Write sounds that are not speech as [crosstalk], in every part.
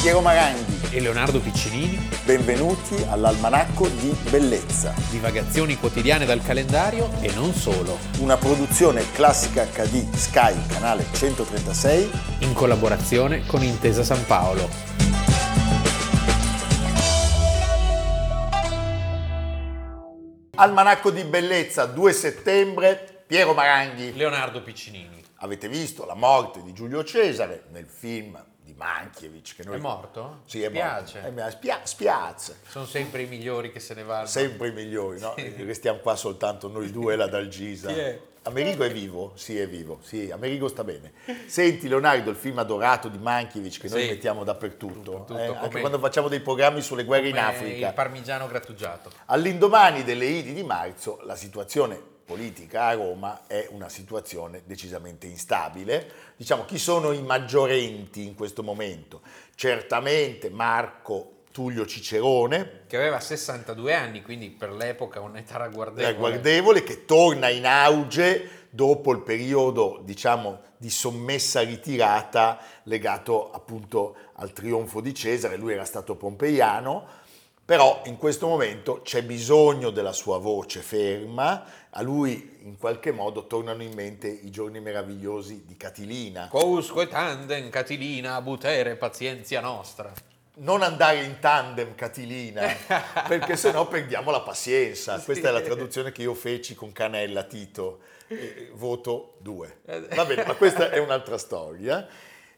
Piero Maranghi. e Leonardo Piccinini, Benvenuti all'Almanacco di Bellezza, divagazioni quotidiane dal calendario e non solo, una produzione classica HD Sky, canale 136. in collaborazione con Intesa San Paolo. Almanacco di Bellezza, 2 settembre, Piero Maranghi. Leonardo Piccinini Avete visto la morte di Giulio Cesare nel film di Mankiewicz. Che noi... è morto? Sì, è Spiace. morto. Eh, mi spia- spiace. Sono sempre i migliori che se ne vanno. Sempre i migliori, no? Eh, Restiamo qua soltanto noi due e la Dal Gisa. Chi è? Amerigo è vivo? Sì, è vivo. Sì, Amerigo sta bene. Senti, Leonardo, il film adorato di Mankiewicz che noi Sì. mettiamo dappertutto, Dappertutto, eh, anche come- quando facciamo dei programmi sulle guerre in Come Africa. Il parmigiano grattugiato. All'indomani delle Idi di marzo, la situazione politica a Roma è una situazione decisamente instabile. Diciamo chi sono i maggiorenti in questo momento? Certamente Marco Tullio Cicerone, Che aveva 62 anni, quindi per l'epoca un'età eh, ragguardevole. guardevole, che torna in auge dopo il periodo, diciamo, di sommessa ritirata legato appunto al trionfo di Cesare, lui era stato pompeiano, però in questo momento c'è bisogno della sua voce ferma, a lui in qualche modo tornano in mente i giorni meravigliosi di Catilina. Cousco e tandem, Catilina, Butere, pazienza nostra. non andare in tandem Catilina, perché sennò perdiamo la pazienza. Sì. Questa è la traduzione che io feci con Canella Tito, eh, voto 2. Va bene, ma questa è un'altra storia.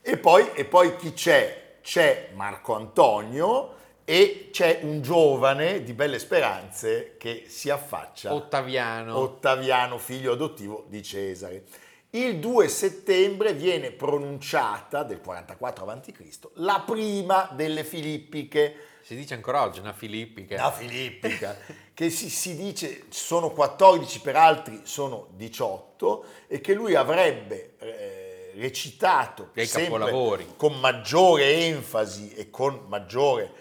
E poi, e poi chi c'è? C'è Marco Antonio e c'è un giovane di belle speranze che si affaccia. Ottaviano. Ottaviano, figlio adottivo di Cesare. Il 2 settembre viene pronunciata, del 44 a.C., la prima delle Filippiche, si dice ancora oggi, una filippica. la Filippica, [laughs] che si, si dice sono 14, per altri sono 18, e che lui avrebbe eh, recitato Dei sempre capolavori. con maggiore enfasi e con maggiore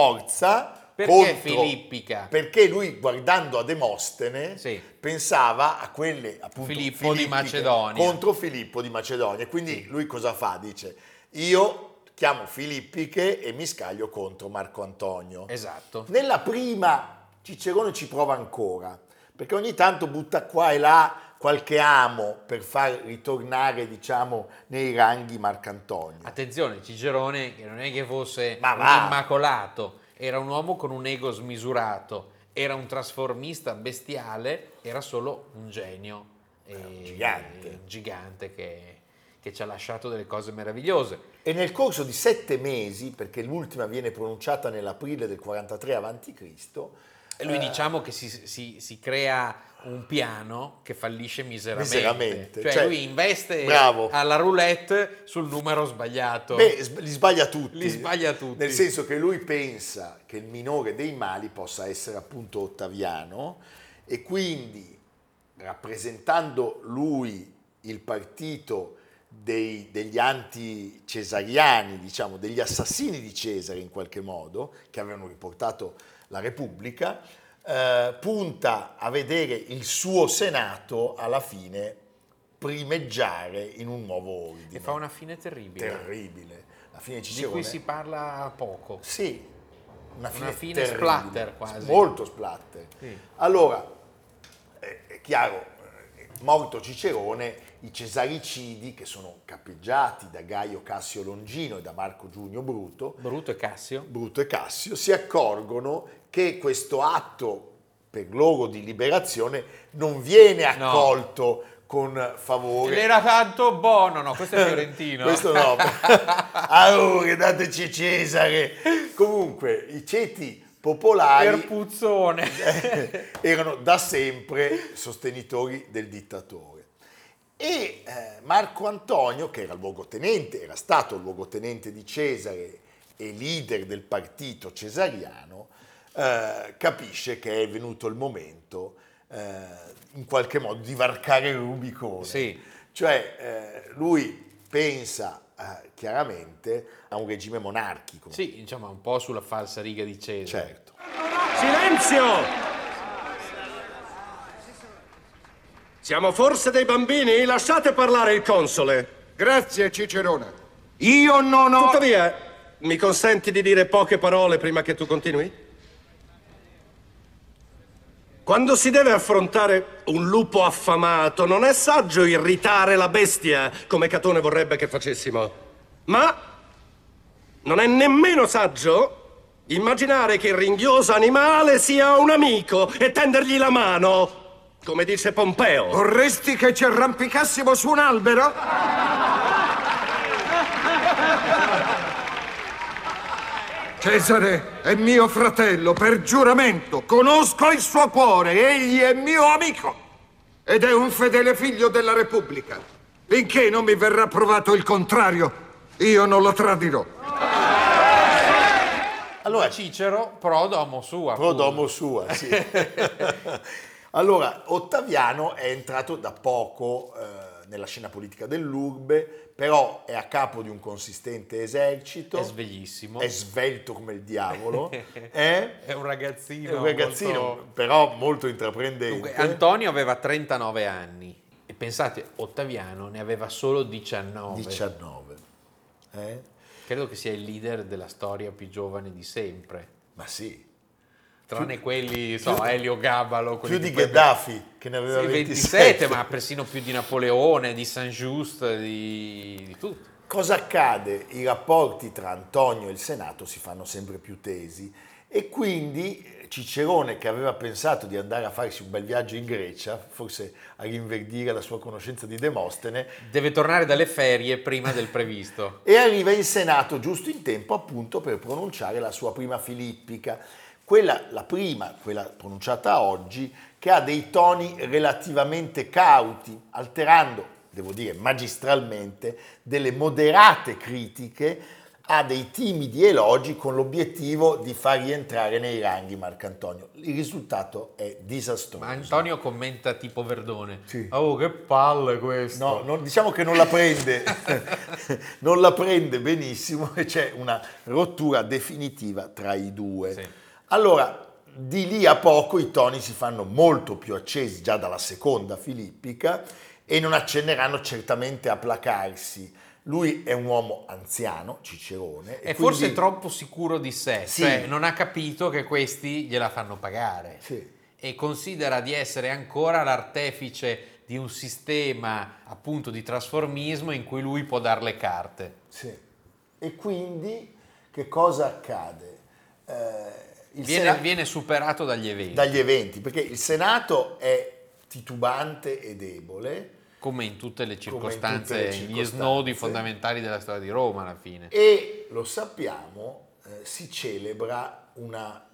forza. Perché contro- filippica? Perché lui guardando a Demostene Sì. pensava a quelle appunto Filippo di filippiche Macedonia. contro Filippo di Macedonia. E Quindi lui cosa fa? Dice io chiamo Filippiche e mi scaglio contro Marco Antonio. Esatto. Nella prima Cicerone ci prova ancora, perché ogni tanto butta qua e là qualche amo per far ritornare, diciamo, nei ranghi Marcantonio. Attenzione, Cicerone che non è che fosse Ma un va. immacolato, immacolato, era un uomo con un ego smisurato, era un trasformista bestiale, era solo un genio. Era un e- gigante. un gigante che, che ci ha lasciato delle cose meravigliose. E nel corso di sette mesi, perché l'ultima viene pronunciata nell'aprile del 43 a.C., E Eh. lui diciamo che si, si- si crea un piano che fallisce miseramente. Miseramente, Cioè, cioè, lui investe bravo. alla roulette sul numero sbagliato. Beh, s- li sbaglia tutti. Li sbaglia tutti. Nel senso che lui pensa che il minore dei mali possa essere appunto Ottaviano e quindi rappresentando lui il partito dei- degli anti-cesariani, diciamo, degli assassini di Cesare in qualche modo, che avevano riportato la Repubblica, eh, punta a vedere il suo Senato alla fine primeggiare in un nuovo ordine e fa una fine terribile. terribile. La fine di Cicerone. cui si parla poco. Sì, una fine, Una fine terribile, splatter quasi. Molto splatter. Sì. Allora, è, è chiaro, eh, morto Cicerone, i cesaricidi che sono cappeggiati da Gaio Cassio Longino e da Marco Giugno Bruto, Bruto e Cassio. Bruto e Cassio, si accorgono che questo atto per loro di liberazione non viene No. accolto con favore. Era tanto buono, no, questo è [laughs] fiorentino. Questo no. Aure, dateci Cesare. Comunque, i ceti popolari [laughs] Perpuzzone. Eh, erano da sempre sostenitori del dittatore. E eh, Marco Antonio, che era luogotenente, era stato luogotenente di Cesare e leader del partito cesariano, eh, capisce che è venuto il momento, eh, in qualche modo, di varcare il Rubicone. Sì. Cioè, eh, lui pensa eh, chiaramente a un regime monarchico. Sì, diciamo un po' sulla falsa riga di Cesare. Certo. Silenzio! Siamo forse dei bambini? Lasciate parlare il console. Grazie Cicerone. Io non ho... Tuttavia, Mi consenti di dire poche parole prima che tu continui? Quando si deve affrontare un lupo affamato, non è saggio irritare la bestia, come Catone vorrebbe che facessimo. Ma non è nemmeno saggio immaginare che il ringhioso animale sia un amico e tendergli la mano, come dice Pompeo. Vorresti che ci arrampicassimo su un albero? Cesare è mio fratello per giuramento. Conosco il suo cuore. Egli è mio amico. Ed è un fedele figlio della Repubblica. Finché non mi verrà provato il contrario, io non lo tradirò. Allora, Cicero, prodomo sua. Pro appunto. domo sua, sì. [laughs] allora, Ottaviano è entrato da poco eh, nella scena politica dell'Urbe, però è a capo di un consistente esercito. È sveglissimo. È svelto come il [laughs] diavolo. è È un ragazzino. è un ragazzino, molto- però molto intraprendente. Dunque, Antonio aveva 39 anni e pensate, Ottaviano ne aveva solo 19. 19. Eh? Credo che sia il leader della storia più giovane di sempre. Ma sì. Tranne quelli, so, Elio Gabalo. quelli Più di che poi- Gheddafi, che ne aveva Sì, 27. 27, ma persino più di Napoleone, di San Just, di, di tutti. Cosa accade? I rapporti tra Antonio e il Senato si fanno sempre più tesi e quindi eh, Cicerone, che aveva pensato di andare a farsi un bel viaggio in Grecia, forse a rinverdire la sua conoscenza di Demostene, Deve tornare dalle ferie prima [laughs] del previsto. e arriva in Senato giusto in tempo appunto per pronunciare la sua prima filippica, quella, la prima, quella pronunciata oggi, che ha dei toni relativamente cauti, alterando, devo dire magistralmente, delle moderate critiche a dei timidi elogi con l'obiettivo di far rientrare nei ranghi Marcantonio. Il risultato è disastroso. Ma Antonio commenta tipo Verdone. Sì. Oh, che palle questo. No, non- diciamo che non la prende, [laughs] non la prende benissimo e c'è una rottura definitiva tra i due. Sì. Allora, di lì a poco i toni si fanno molto più accesi già dalla seconda filippica e non accenneranno certamente a placarsi. Lui è un uomo anziano, Cicerone. È e forse quindi- troppo sicuro di sé, Sì. cioè non ha capito che questi gliela fanno pagare Sì. e considera di essere ancora l'artefice di un sistema appunto di trasformismo in cui lui può dar le carte. Sì. E quindi che cosa accade? Eh, il Viene, Sena- viene superato dagli eventi. dagli eventi, perché il Senato è titubante e debole come in tutte le in tutte le circostanze, gli circostanze. Eh, snodi fondamentali della storia di Roma alla fine. e lo sappiamo, eh, si celebra una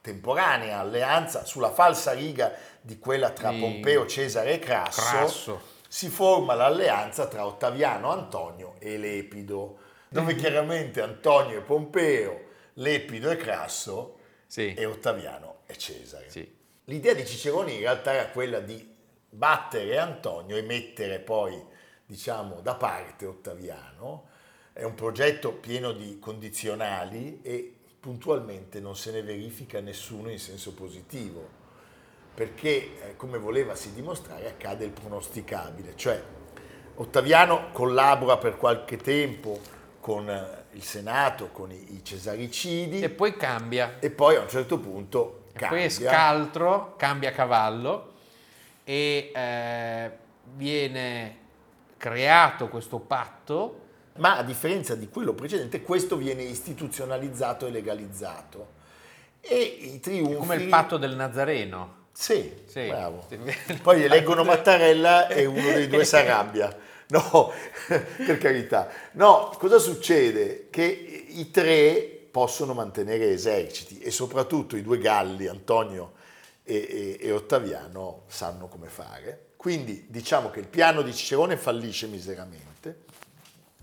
temporanea alleanza sulla falsa riga di quella tra Di- Pompeo, Cesare e Crasso. Crasso. Si forma l'alleanza tra Ottaviano, Antonio e Lepido, Mm. dove chiaramente Antonio e Pompeo, Lepido e Crasso Sì. e Ottaviano e Cesare. Sì. L'idea di Cicerone in realtà era quella di battere Antonio e mettere poi, diciamo, da parte Ottaviano. È un progetto pieno di condizionali e puntualmente non se ne verifica nessuno in senso positivo, perché eh, come volevasi dimostrare accade il pronosticabile, cioè Ottaviano collabora per qualche tempo con eh, il Senato, con i, i cesaricidi E poi cambia. e poi a un certo punto E Poi cambia. è scaltro, cambia cavallo e eh, viene creato questo patto Ma a differenza di quello precedente, questo viene istituzionalizzato e legalizzato. E i triunfi... come il patto del Nazareno. Sì, Sì. bravo. Sì. [laughs] Poi eleggono Mattarella e uno dei due si arrabbia. No, [laughs] per carità. No, cosa succede? Che i tre possono mantenere eserciti e soprattutto i due galli, Antonio e, e- e Ottaviano, sanno come fare. Quindi diciamo che il piano di Cicerone fallisce miseramente.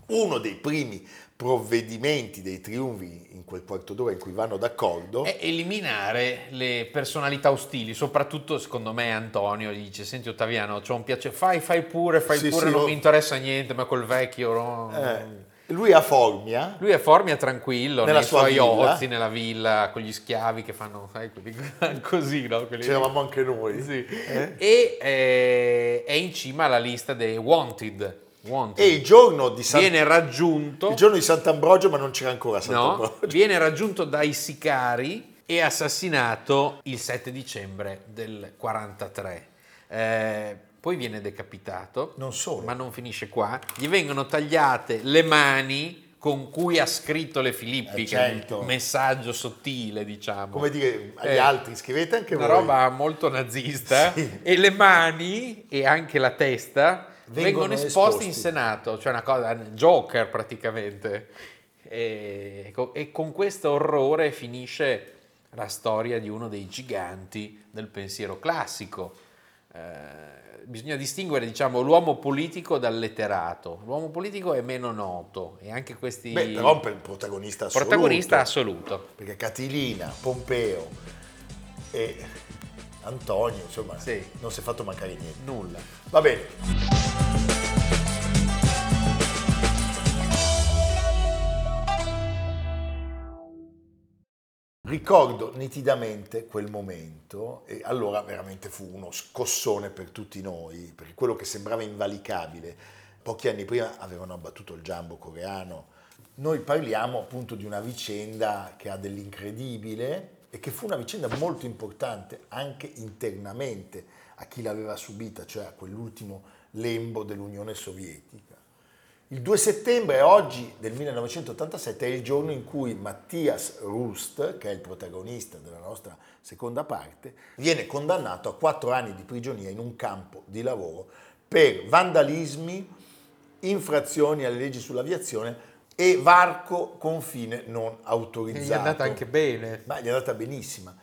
Uno dei primi provvedimenti dei triunfi in quel quarto d'ora in cui vanno d'accordo È eliminare le personalità ostili, soprattutto secondo me Antonio gli dice, senti Ottaviano, c'ho un piacere, fai, fai pure, fai Sì, pure, sì, non lo- mi interessa niente, ma quel vecchio... no?" Eh, lui a Formia, Lui è Formia tranquillo, Nella nei sua suoi villa. ozi, nella villa, con gli schiavi che fanno, sai, quelli [laughs] così, no? Quelli- c'eravamo anche noi. Sì. Eh? E eh, è in cima alla lista dei wanted. Wanted. E il giorno di San... viene raggiunto il giorno di Sant'Ambrogio, ma non c'era ancora Ecco. No, Sant'Ambrogio. viene raggiunto dai sicari e assassinato il 7 dicembre del 43. Eh, poi viene decapitato. Non solo. Ma non finisce qua. Gli vengono tagliate le mani con cui ha scritto le Filippi, Eh, che è certo. un messaggio sottile, diciamo. Come dire agli Eh, altri, scrivete anche Una voi. roba molto nazista. eh? Sì. E le mani e anche la testa vengono, Vengono esposti esposti. in Senato, cioè una cosa, un Joker praticamente. E, co- e con questo orrore finisce la storia di uno dei giganti del pensiero classico. Eh, bisogna distinguere, diciamo, l'uomo politico dal letterato. L'uomo politico è meno noto e anche questi Beh, però per il protagonista assoluto. protagonista assoluto. Perché Catilina, Pompeo e Antonio, insomma, Sì. non si è fatto mancare niente. Nulla. Va bene. Ricordo nitidamente quel momento e allora veramente fu uno scossone per tutti noi, perché quello che sembrava invalicabile, pochi anni prima avevano abbattuto il giambo coreano. Noi parliamo appunto di una vicenda che ha dell'incredibile e che fu una vicenda molto importante anche internamente a chi l'aveva subita, cioè a quell'ultimo lembo dell'Unione Sovietica. Il 2 settembre oggi del 1987 è il giorno in cui Mattias Rust, che è il protagonista della nostra seconda parte, viene condannato a quattro anni di prigionia in un campo di lavoro per vandalismi, infrazioni alle leggi sull'aviazione e varco confine non E autorizzato. gli è andata anche bene. Ma gli è andata benissima.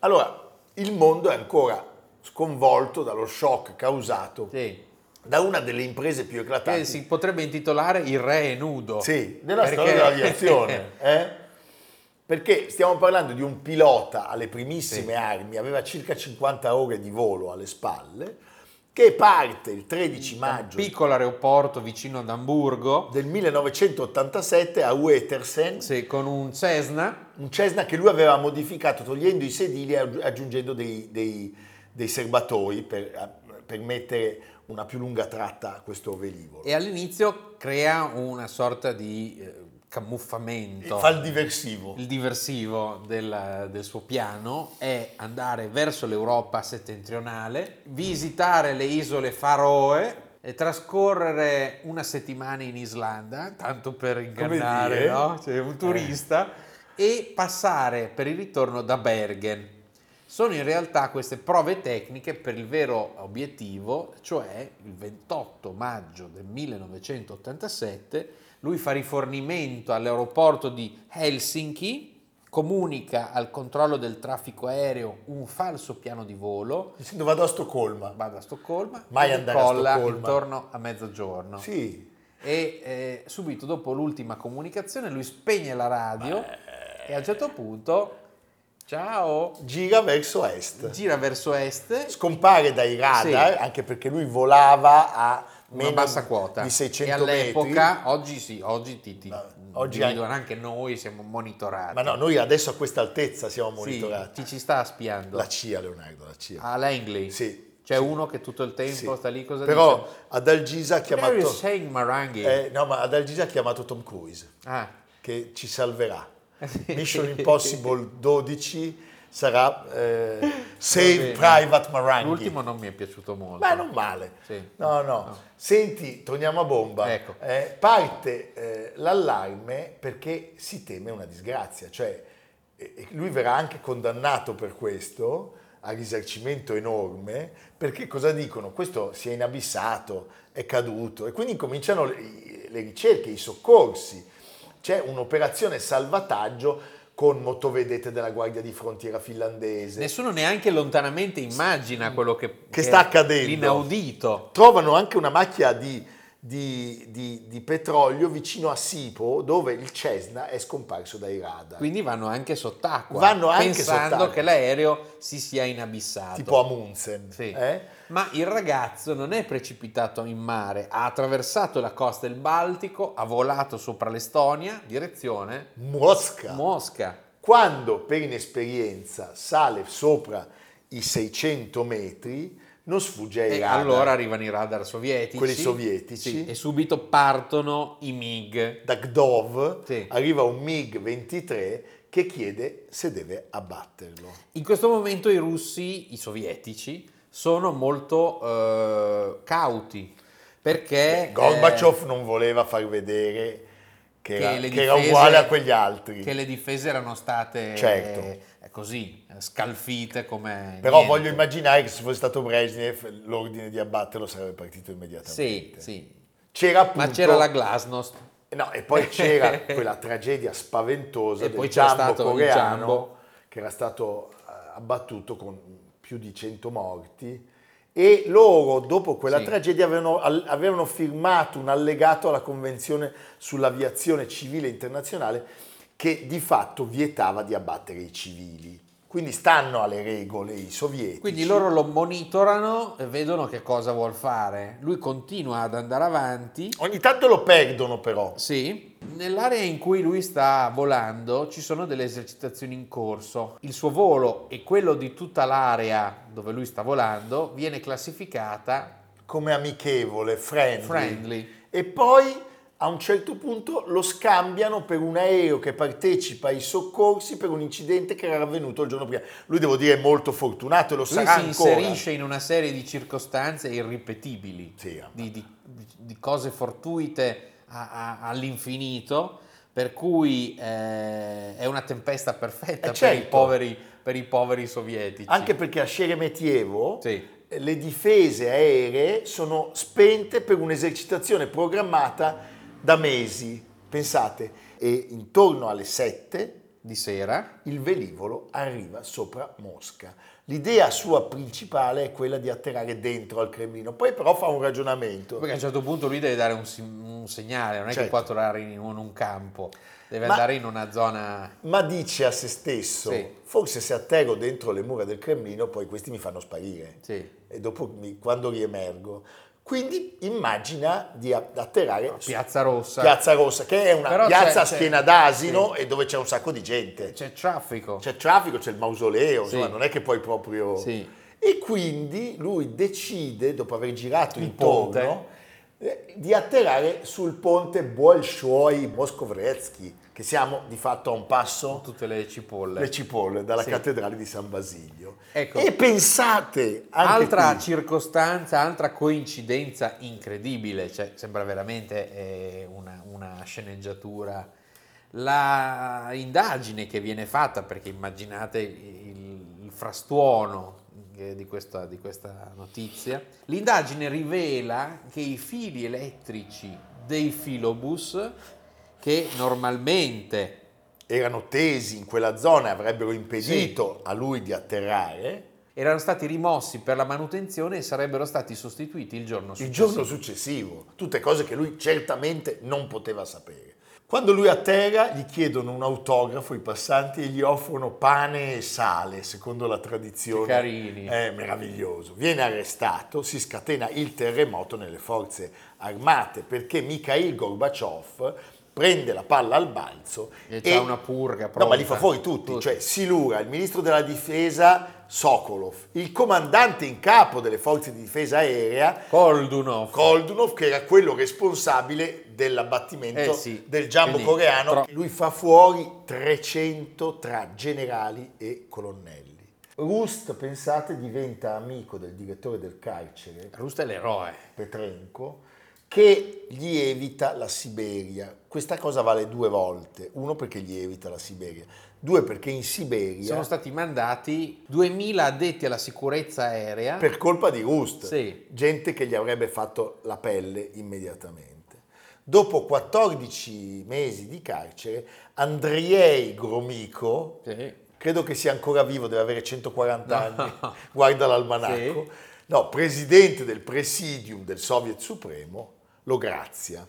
Allora, il mondo è ancora sconvolto dallo shock causato Sì. da una delle imprese più eclatanti Che si potrebbe intitolare Il re è nudo. sì, nella Perché- storia [laughs] dell'aviazione. eh? Perché stiamo parlando di un pilota alle primissime armi, aveva circa 50 ore di volo alle spalle, che parte il Mm, 13 maggio Piccolo aeroporto vicino ad Amburgo, del 1987 a Uetersen, sì, con un Cessna, un Cessna che lui aveva modificato togliendo i sedili e aggi- aggiungendo dei, dei- dei serbatoi per a- permettere una più lunga tratta a questo velivolo. e all'inizio crea una sorta di eh, camuffamento. Fa il diversivo. Il diversivo del, del suo piano è andare verso l'Europa settentrionale, visitare le isole Faroe e trascorrere una settimana in Islanda, tanto per ingannare dire? Eh. no? Cioè, un turista, e passare per il ritorno da Bergen. Sono in realtà queste prove tecniche per il vero obiettivo, cioè il 28 maggio del 1987 lui fa rifornimento all'aeroporto di Helsinki, comunica al controllo del traffico aereo un falso piano di volo, Dicendo vado a Stoccolma. vado a Stoccolma, Mai e andare a decolla Stoccolma. intorno a mezzogiorno. Sì, E eh, subito dopo l'ultima comunicazione lui spegne la radio e a un certo punto, ciao, gira verso est. gira verso est scompare dai radar Sì. anche perché lui volava a una meno bassa quota di 600 e all'epoca metri oggi sì oggi ti, ti oggi individuano, anche noi siamo monitorati ma no noi adesso a questa altezza siamo Sì, monitorati chi ci sta spiando Ah, la CIA Leonardo la CIA a Langley Sì, c'è uno che tutto il tempo Sì. sta lì cosa però dice ad Algisa ha Where is chiamato Shane Maranghi eh, no ma ad Algisa ha chiamato Tom Cruise ah, che ci salverà Eh, Mission Impossible 12 sarà eh, Save bene. Private Maranghi l'ultimo non mi è piaciuto molto Ma non male. Sì. No, no. Senti, torniamo a bomba. Ecco. Eh, parte eh, l'allarme perché si teme una disgrazia, cioè e- e lui verrà anche condannato per questo a risarcimento enorme, perché cosa dicono? Questo si è inabissato, è caduto e quindi cominciano le, i- le ricerche, i soccorsi. C'è un'operazione salvataggio con motovedette della Guardia di Frontiera finlandese. nessuno neanche lontanamente immagina quello che, sta accadendo. l'inaudito trovano anche una macchia di, di- di- di petrolio vicino a Sipo, dove il Cessna è scomparso dai radar, quindi vanno anche sott'acqua Vanno anche pensando sott'acqua. che l'aereo si sia inabissato tipo a Munzen. Sì. eh? Ma il ragazzo non è precipitato in mare, ha attraversato la costa del Baltico, ha volato sopra l'Estonia, direzione Mosca. Mosca. Quando per inesperienza sale sopra i 600 metri, non sfugge ai E radar. allora arrivano i radar sovietici. Quelli sovietici. Sì, e subito partono i MiG. da Gdov Sì. arriva un MiG-23 che chiede se deve abbatterlo. In questo momento i russi, i sovietici, sono molto eh, cauti perché eh, Gorbaciov non voleva far vedere che, che era, le che era difese- uguale a quegli altri. che le difese erano state Certo. eh, così scalfite come Però niente. voglio immaginare che se fosse stato Brezhnev l'ordine di abbatterlo sarebbe partito Sì, immediatamente. sì. C'era appunto... Ma c'era la Glasnost. No, e poi [laughs] c'era quella tragedia spaventosa E del poi c'era giambo stato il coreano giambo. che era stato eh, abbattuto con più di 100 morti e loro dopo quella Sì. tragedia avevano, al- avevano firmato un allegato alla Convenzione sull'aviazione civile internazionale che di fatto vietava di abbattere i civili. Quindi stanno alle regole i sovietici. Quindi loro lo monitorano e vedono che cosa vuol fare. Lui continua ad andare avanti. Ogni tanto lo perdono però. Sì, nell'area in cui lui sta volando ci sono delle esercitazioni in corso. Il suo volo e quello di tutta l'area dove lui sta volando viene classificata come amichevole, friendly. Friendly. E poi a un certo punto lo scambiano per un aereo che partecipa ai soccorsi per un incidente che era avvenuto il giorno prima. Lui devo dire è molto fortunato e lo Lui sarà si ancora. inserisce in una serie di circostanze irripetibili, Sì, ah, di, di- di cose fortuite a- a- all'infinito, per cui eh, è una tempesta perfetta Eh, per, i certo. poveri, per i poveri sovietici. Anche perché a Sheremetyevo Sì. le difese aeree sono spente per un'esercitazione programmata da mesi, pensate, e intorno alle 7 di sera. il velivolo arriva sopra Mosca. L'idea sua principale è quella di atterrare dentro al Cremlino, poi però fa un ragionamento. Perché a un certo punto lui deve dare un, si- un segnale, non è che Certo. può atterrare in un, un campo, deve Ma- andare in una zona... Ma dice a se stesso, Sì. forse se atterro dentro le mura del Cremlino poi questi mi fanno sparire Sì. e dopo mi- quando riemergo. Quindi immagina di a- atterrare su Piazza Rossa. Piazza Rossa, che è una Però c'è- piazza a c'è- schiena d'asino e dove c'è un sacco di gente. C'è traffico. c'è traffico, c'è il mausoleo, insomma, Sì. non è che poi proprio... Sì. E quindi lui decide, dopo aver girato Il intorno, eh, di atterrare sul ponte Bolshoi Moscovretsky, che siamo di fatto a un passo Tutte le cipolle. le cipolle dalla Sì. cattedrale di San Basilio. Ecco. E pensate, anche Altra qui, circostanza, altra coincidenza incredibile, cioè sembra veramente eh, una, una sceneggiatura. La indagine che viene fatta, perché immaginate il, il frastuono eh, di questa, di questa notizia, l'indagine rivela che i fili elettrici dei filobus, che normalmente erano tesi in quella zona e avrebbero impedito a lui di atterrare, erano stati rimossi per la manutenzione e sarebbero stati sostituiti il giorno il successivo. giorno successivo, tutte cose che lui certamente non poteva sapere. Quando lui atterra gli chiedono un autografo i passanti e gli offrono pane e sale, secondo la tradizione. Che carini. È meraviglioso. Viene arrestato, si scatena il terremoto nelle forze armate perché Mikhail Gorbaciov prende la palla al balzo E c'ha una purga No, ma li pronta. fa fuori tutti, Tutti. cioè Silura, il ministro della difesa Sokolov, il comandante in capo delle forze di difesa aerea Koldunov. Koldunov, che era quello responsabile dell'abbattimento Eh sì, del giambo quindi, coreano. tro- Lui fa fuori 300 tra generali e colonnelli. Rust, pensate, diventa amico del direttore del carcere, Rusta è l'eroe. Petrenko, che gli evita la Siberia. Questa cosa vale due volte. Uno perché gli evita la Siberia, due perché in Sono Siberia, stati mandati 2000 addetti alla sicurezza aerea. per colpa di Rust, Sì. gente che gli avrebbe fatto la pelle immediatamente. Dopo 14 mesi di carcere, Andriei Gromiko, Sì. credo che sia ancora vivo, deve avere 140 No. anni, [laughs] guarda l'almanacco, Sì. no, presidente del presidium del Soviet Supremo, lo grazia.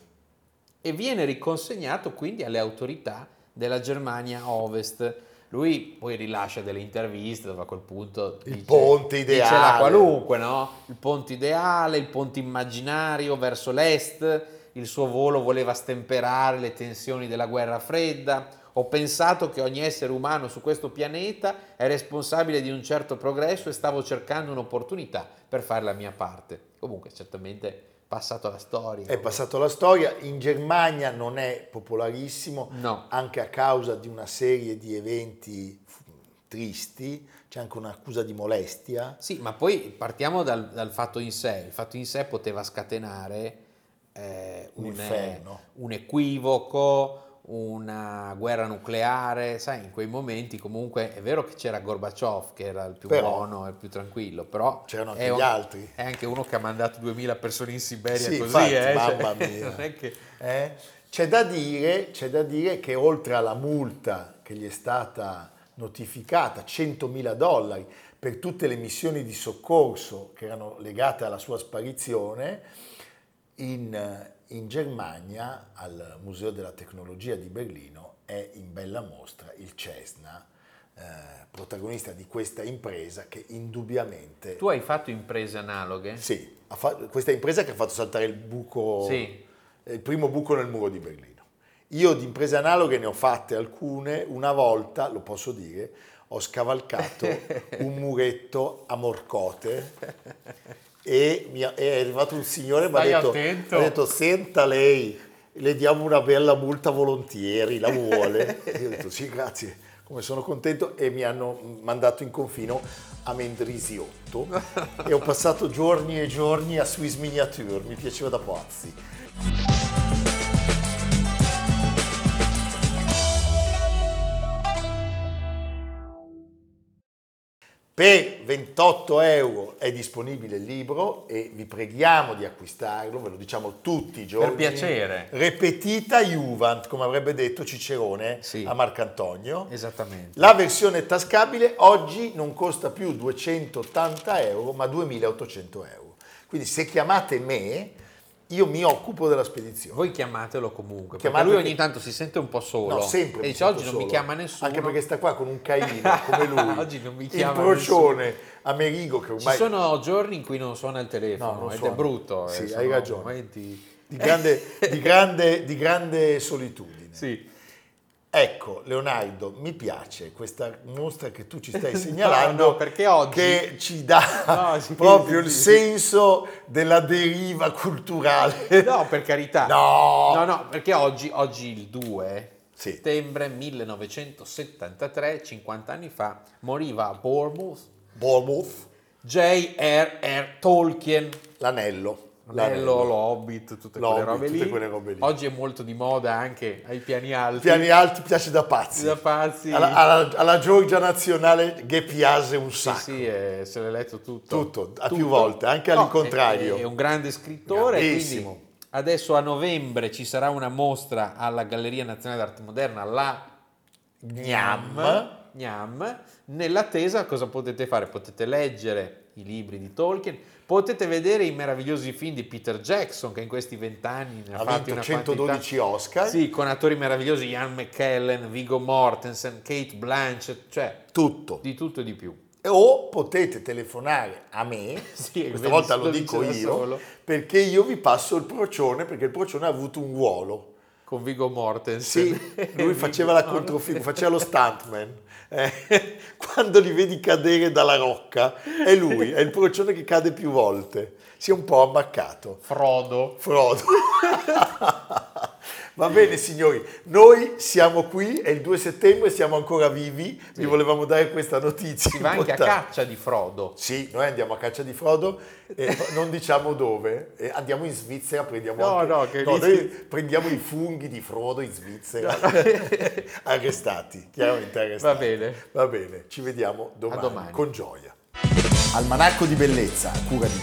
E viene riconsegnato quindi alle autorità della Germania Ovest. Lui poi rilascia delle interviste dove a quel punto Il ponte Dice la ideale. qualunque, no? Il ponte ideale, il ponte immaginario verso l'est, il suo volo voleva stemperare le tensioni della guerra fredda, Ho pensato che ogni essere umano su questo pianeta è responsabile di un certo progresso e stavo cercando un'opportunità per fare la mia parte. Comunque, certamente è passato alla storia. È passato la storia, in Germania non è popolarissimo, No. anche a causa di una serie di eventi f- tristi, c'è anche un'accusa di molestia. Sì, ma poi partiamo dal, dal fatto in sé. Il fatto in sé poteva scatenare eh, Un un, inferno. un equivoco, una guerra nucleare. Sai, in quei momenti comunque è vero che c'era Gorbaciov che era il più Però- buono e il più tranquillo, però C'erano anche è, gli un- altri. è anche uno che ha mandato 2000 persone in Siberia Sì, così, infatti, eh, cioè, mamma mia. [laughs] non è che- Eh? C'è, da dire, c'è da dire che oltre alla multa che gli è stata notificata, 100.000 dollari, per tutte le missioni di soccorso che erano legate alla sua sparizione, in, in Germania, al Museo della Tecnologia di Berlino, è in bella mostra il Cessna, eh, protagonista di questa impresa che indubbiamente... Tu hai fatto imprese analoghe? Sì, ha fa- questa impresa che ha fatto saltare il buco, Sì. il primo buco nel muro di Berlino. Io di imprese analoghe ne ho fatte alcune, una volta, lo posso dire, ho scavalcato un muretto a morcote e mi ha- è arrivato un signore e mi ha Stai detto, attento. mi ha detto, senta lei, le diamo una bella multa volontieri, la vuole? [laughs] Io ho detto sì, grazie, come sono contento e mi hanno mandato in confino a Mendrisiotto e ho passato giorni e giorni a Swiss Miniature, mi piaceva da pazzi. Per 28 euro è disponibile il libro e vi preghiamo di acquistarlo, ve lo diciamo tutti i giorni. piacere. Repetita Juvent, come avrebbe detto Cicerone Sì. Esatto. a Marcantonio. Esattamente. La versione tascabile oggi non costa più 280 euro, ma 2800 euro. Quindi se chiamate me, io mi occupo della spedizione. Voi chiamatelo comunque, Chiamate perché lui che- ogni tanto si sente un po' solo. No, sempre. E mi dice sento oggi non solo. mi chiama nessuno. Anche perché sta qua con un caino [laughs] come lui. Oggi non mi chiama Il procione, Amerigo che Ci ormai sono giorni in cui non suona il telefono No, non ed suona. è brutto. eh, Sì, hai sono ragione. momenti- di grande, di grande- di grande solitudine. Sì. Ecco, Leonardo, mi piace questa mostra che tu ci stai [laughs] No, segnalando no, perché oggi- che ci dà [laughs] No, sì, proprio sì, il sì. senso della deriva culturale. No, per carità. No! No, no, perché oggi, oggi il 2 Sì. settembre 1973, 50 anni fa, moriva a Bournemouth Bournemouth, J.R.R. Tolkien. l'anello. L'anello, l'Hobbit, tutte, L'Hobbit, quelle robe tutte lì. quelle robe lì. Oggi è molto di moda anche ai piani alti. Piani alti piace da pazzi. da pazzi. Alla, alla- alla Georgia nazionale che piace un Sì, sacco. sì, eh, se l'è letto tutto. Tutto, a più volte, anche all'incontrario. È, è un grande scrittore. Grandissimo. Quindi adesso a novembre ci sarà una mostra alla Galleria Nazionale d'Arte Moderna, la Gnam. Gnam. Nell'attesa cosa potete fare? Potete leggere i libri di Tolkien, potete vedere i meravigliosi film di Peter Jackson che in questi vent'anni ne ha, Ha fatti vinto una 112 quantità. Oscar. Sì, con attori meravigliosi, Ian McKellen, Vigo Mortensen, Kate Blanchett, cioè Tutto. di tutto e di più. o potete telefonare a me, [laughs] Sì, questa volta lo lo dice dico da io, solo. perché io vi passo il procione, perché il procione ha avuto un ruolo. Con Vigo Mortensen. Sì, lui faceva la controfigura, faceva lo stuntman. Eh, [laughs] quando li vedi cadere dalla rocca, è lui, è il procione che cade più volte. Si è un po' ammaccato. [laughs] Frodo. Frodo. [laughs] Va bene signori, noi siamo qui, è il 2 settembre, siamo ancora vivi, vi volevamo dare questa notizia. Si va anche a importante. caccia di Frodo. Sì, noi andiamo a caccia di Frodo [laughs] e poi non diciamo dove, e andiamo in Svizzera, prendiamo No, anche- no, che lì- noi prendiamo i funghi di Frodo in Svizzera. [laughs] arrestati, chiaramente arrestati. Va bene. Va bene, ci vediamo A domani. domani. con gioia. Almanacco di bellezza a cura di